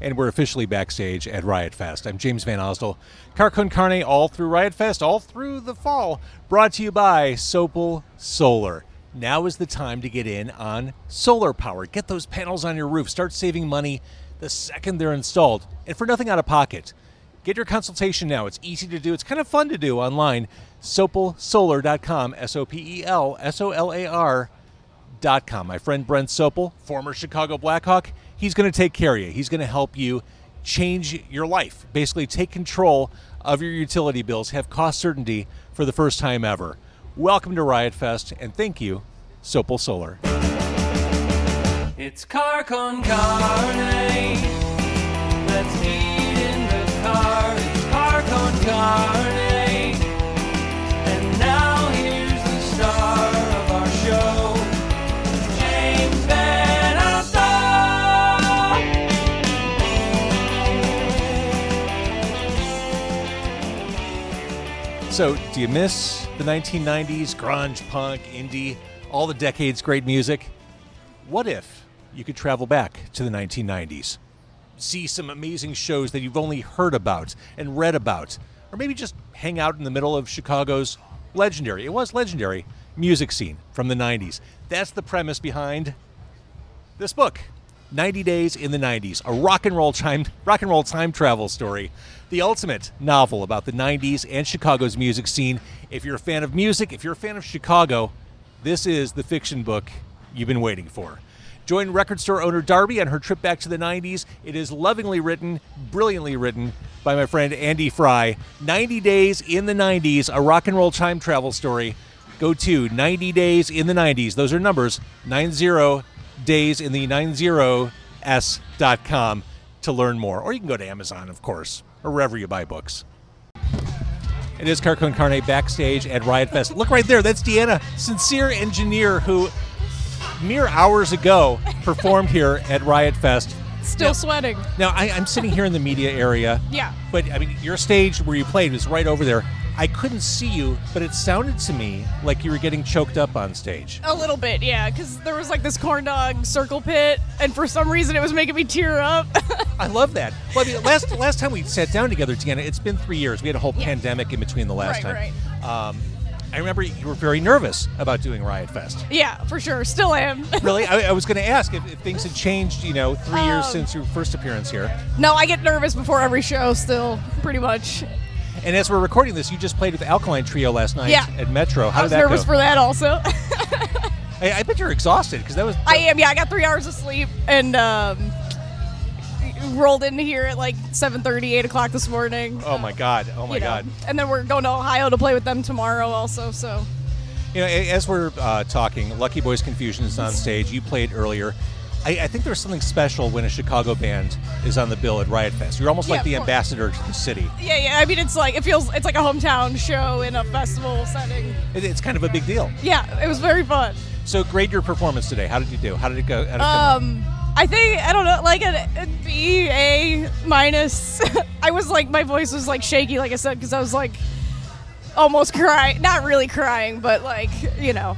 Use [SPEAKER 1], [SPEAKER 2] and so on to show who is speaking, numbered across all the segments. [SPEAKER 1] and we're officially backstage at Riot Fest. I'm James Van Osdell, Carcon Carne, all through Riot Fest, all through the fall, brought to you by Sopal Solar. Now is the time to get in on solar power. Get those panels on your roof. Start saving money the second they're installed, and for nothing out of pocket. Get your consultation now. It's easy to do. It's kind of fun to do online. Sopelsolar.com, S O P E L S O L A R dot com. My friend Brent Sopel, former Chicago Blackhawk, he's going to take care of you. He's going to help you change your life. Basically, take control of your utility bills, have cost certainty for the first time ever. Welcome to Riot Fest, and thank you, Sopel Solar.
[SPEAKER 2] It's car con carne. Let's eat in the car. It's car con carne. And now here's the star of our show, James Van Astor.
[SPEAKER 1] So, do you miss the 1990s, grunge, punk, indie, all the decades, great music? What if you could travel back to the 1990s? See some amazing shows that you've only heard about and read about, or maybe just hang out in the middle of Chicago's legendary, it was legendary, music scene from the 90s. That's the premise behind this book 90 days in the 90s a rock and roll time rock and roll time travel story the ultimate novel about the 90s and chicago's music scene if you're a fan of music if you're a fan of chicago this is the fiction book you've been waiting for join record store owner darby on her trip back to the 90s it is lovingly written brilliantly written by my friend andy fry 90 days in the 90s a rock and roll time travel story go to 90 days in the 90s those are numbers 90 days in the 90s.com to learn more or you can go to amazon of course or wherever you buy books it is Carcon Carne backstage at Riot Fest. Look right there, that's Deanna, sincere engineer who mere hours ago performed here at Riot Fest.
[SPEAKER 3] Still sweating.
[SPEAKER 1] Now I, I'm sitting here in the media area.
[SPEAKER 3] Yeah.
[SPEAKER 1] But I mean, your stage where you played was right over there. I couldn't see you, but it sounded to me like you were getting choked up on stage.
[SPEAKER 3] A little bit, yeah, because there was like this corn dog circle pit, and for some reason it was making me tear up.
[SPEAKER 1] I love that. Well, I mean, last last time we sat down together, Deanna, it's been three years. We had a whole
[SPEAKER 3] Yeah.
[SPEAKER 1] pandemic in between the last
[SPEAKER 3] Right,
[SPEAKER 1] time. Um, I remember you were very nervous about doing Riot Fest.
[SPEAKER 3] yeah, for sure. Still am.
[SPEAKER 1] Really, I, I was going to ask if, if things had changed. You know, three years
[SPEAKER 3] Um,
[SPEAKER 1] since your first appearance here,
[SPEAKER 3] no, I get nervous before every show, still, pretty much.
[SPEAKER 1] and as we're recording this, you just played with the Alkaline Trio last night
[SPEAKER 3] Yeah.
[SPEAKER 1] at Metro. How
[SPEAKER 3] I was
[SPEAKER 1] did that
[SPEAKER 3] nervous
[SPEAKER 1] go?
[SPEAKER 3] for that also.
[SPEAKER 1] I, I bet you're exhausted because that was.
[SPEAKER 3] I am, yeah, I got three hours of sleep and um, rolled in here at like 7.30, 8 o'clock this morning.
[SPEAKER 1] oh my god! Oh my
[SPEAKER 3] you know.
[SPEAKER 1] god!
[SPEAKER 3] And then we're going to Ohio to play with them tomorrow also, so.
[SPEAKER 1] You know, a- as we're uh, talking, Lucky Boys Confusion is on stage. You played earlier. I, I think there's something special when a Chicago band is on the bill at Riot Fest. You're almost
[SPEAKER 3] Yeah,
[SPEAKER 1] like the
[SPEAKER 3] of course.
[SPEAKER 1] ambassador to the city.
[SPEAKER 3] Yeah, yeah. I mean, it's like it feels it's like a hometown show in a festival setting.
[SPEAKER 1] It, it's kind of a big deal.
[SPEAKER 3] Yeah, it was very fun.
[SPEAKER 1] So grade your performance today. How did you do? How did it go? How did it come out?
[SPEAKER 3] Um, I think I don't know, like an a B, A minus. I was like, my voice was like shaky, like I said, because I was like almost crying, not really crying, but like you know,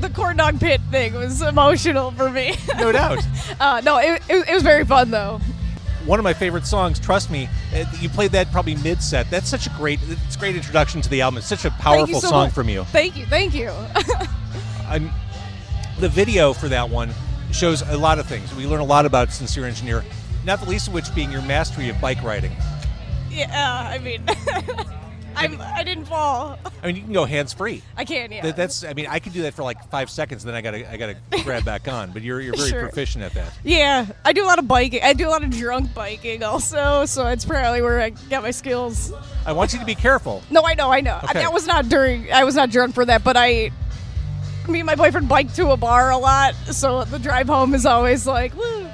[SPEAKER 3] the corn dog pit thing was emotional for me.
[SPEAKER 1] no doubt.
[SPEAKER 3] uh, no, it, it, was- it was very fun though.
[SPEAKER 1] One of my favorite songs, trust me, uh, you played that probably mid-set. That's such a great, it's a great introduction to the album. It's such a
[SPEAKER 3] Thank you
[SPEAKER 1] powerful
[SPEAKER 3] so
[SPEAKER 1] song
[SPEAKER 3] much.
[SPEAKER 1] from you.
[SPEAKER 3] Thank you, thank you.
[SPEAKER 1] I'm, the video for that one shows a lot of things. We learn a lot about Sincere Engineer, not the least of which being your mastery of bike riding.
[SPEAKER 3] yeah, I mean, I'm, I didn't fall.
[SPEAKER 1] I mean, you can go hands free.
[SPEAKER 3] I can, yeah.
[SPEAKER 1] That, that's, I mean, I could do that for like five seconds, then I gotta, I gotta grab back on. But you're, you're very
[SPEAKER 3] Sure.
[SPEAKER 1] proficient at that.
[SPEAKER 3] Yeah, I do a lot of biking. I do a lot of drunk biking also, so it's probably where I got my skills.
[SPEAKER 1] I want you to be careful.
[SPEAKER 3] No, I know, I know. I,
[SPEAKER 1] Okay.
[SPEAKER 3] that was not during. I was not drunk for that, but I. Me and my boyfriend biked to a bar a lot, so the drive home is always like, woo.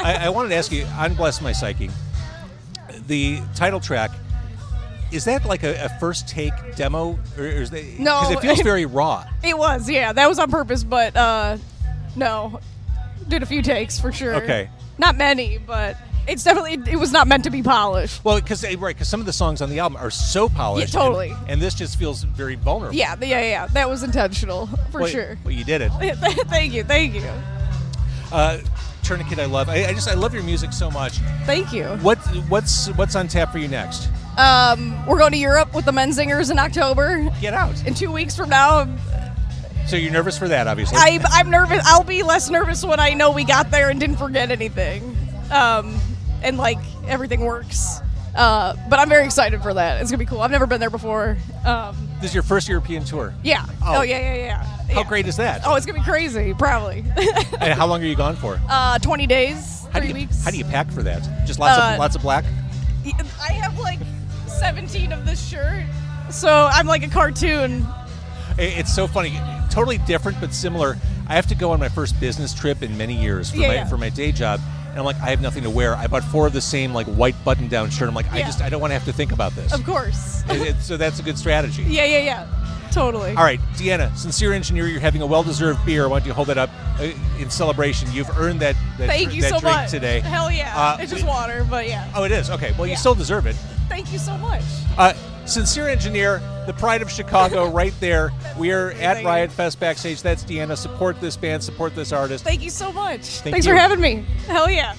[SPEAKER 1] I, I wanted to ask you on Bless My Psyche, the title track, is that like a, a first take demo? Or is that,
[SPEAKER 3] No.
[SPEAKER 1] Because it feels very raw.
[SPEAKER 3] It was, yeah, that was on purpose, but uh, no, did a few takes for sure.
[SPEAKER 1] Okay.
[SPEAKER 3] Not many, but it's definitely it was not meant to be polished.
[SPEAKER 1] Well, because right, because some of the songs on the album are so polished. and-
[SPEAKER 3] totally.
[SPEAKER 1] And, this just feels very vulnerable.
[SPEAKER 3] Yeah, yeah, yeah. That was intentional for
[SPEAKER 1] Well,
[SPEAKER 3] sure.
[SPEAKER 1] Well, you did it.
[SPEAKER 3] thank you, thank you.
[SPEAKER 1] Uh, Tourniquet, I love. I, I just I love your music so much.
[SPEAKER 3] Thank you.
[SPEAKER 1] What what's what's on tap for you next?
[SPEAKER 3] Um, we're going to Europe with the Men Singers in October.
[SPEAKER 1] Get out.
[SPEAKER 3] In two weeks from now,
[SPEAKER 1] So you're nervous for that, obviously.
[SPEAKER 3] I, I'm nervous. I'll be less nervous when I know we got there and didn't forget anything, um, and like everything works. Uh, but I'm very excited for that. It's gonna be cool. I've never been there before. Um,
[SPEAKER 1] this is your first European tour.
[SPEAKER 3] yeah.
[SPEAKER 1] Oh.
[SPEAKER 3] Oh. yeah, yeah, yeah.
[SPEAKER 1] How
[SPEAKER 3] Yeah.
[SPEAKER 1] great is that?
[SPEAKER 3] Oh, it's gonna be crazy. Probably.
[SPEAKER 1] And how long are you gone for?
[SPEAKER 3] uh, 20 days,
[SPEAKER 1] How do
[SPEAKER 3] three
[SPEAKER 1] you
[SPEAKER 3] weeks.
[SPEAKER 1] how do you pack for that? Just lots
[SPEAKER 3] Uh,
[SPEAKER 1] of lots of black.
[SPEAKER 3] I have like 17 of this shirt, so I'm like a cartoon.
[SPEAKER 1] I- It's so funny. Totally different, but similar. I have to go on my first business trip in many years for,
[SPEAKER 3] Yeah,
[SPEAKER 1] my,
[SPEAKER 3] yeah.
[SPEAKER 1] for my day job, and I'm like, I have nothing to wear. I bought four of the same like white button-down shirt. I'm like, I
[SPEAKER 3] Yeah.
[SPEAKER 1] just I don't want to have to think about this.
[SPEAKER 3] Of course.
[SPEAKER 1] It- it- so that's a good strategy.
[SPEAKER 3] yeah, yeah, yeah. Totally.
[SPEAKER 1] All right, Deanna, sincere engineer, you're having a well-deserved beer. Why don't you hold that up uh, in celebration? You've earned that. that
[SPEAKER 3] Thank
[SPEAKER 1] dr-
[SPEAKER 3] you
[SPEAKER 1] that
[SPEAKER 3] so
[SPEAKER 1] drink
[SPEAKER 3] much.
[SPEAKER 1] today.
[SPEAKER 3] Hell yeah.
[SPEAKER 1] Uh,
[SPEAKER 3] it's just
[SPEAKER 1] we-
[SPEAKER 3] water, but yeah.
[SPEAKER 1] Oh, it is. Okay. Well, you
[SPEAKER 3] Yeah.
[SPEAKER 1] still deserve it.
[SPEAKER 3] Thank you so much.
[SPEAKER 1] Uh, sincere engineer, the pride of Chicago, right there. We are at
[SPEAKER 3] Thank you.
[SPEAKER 1] Riot Fest backstage. That's Deanna. Support this band. Support this artist.
[SPEAKER 3] Thank you so much.
[SPEAKER 1] Thank
[SPEAKER 3] Thanks
[SPEAKER 1] you.
[SPEAKER 3] for having me. Hell yeah.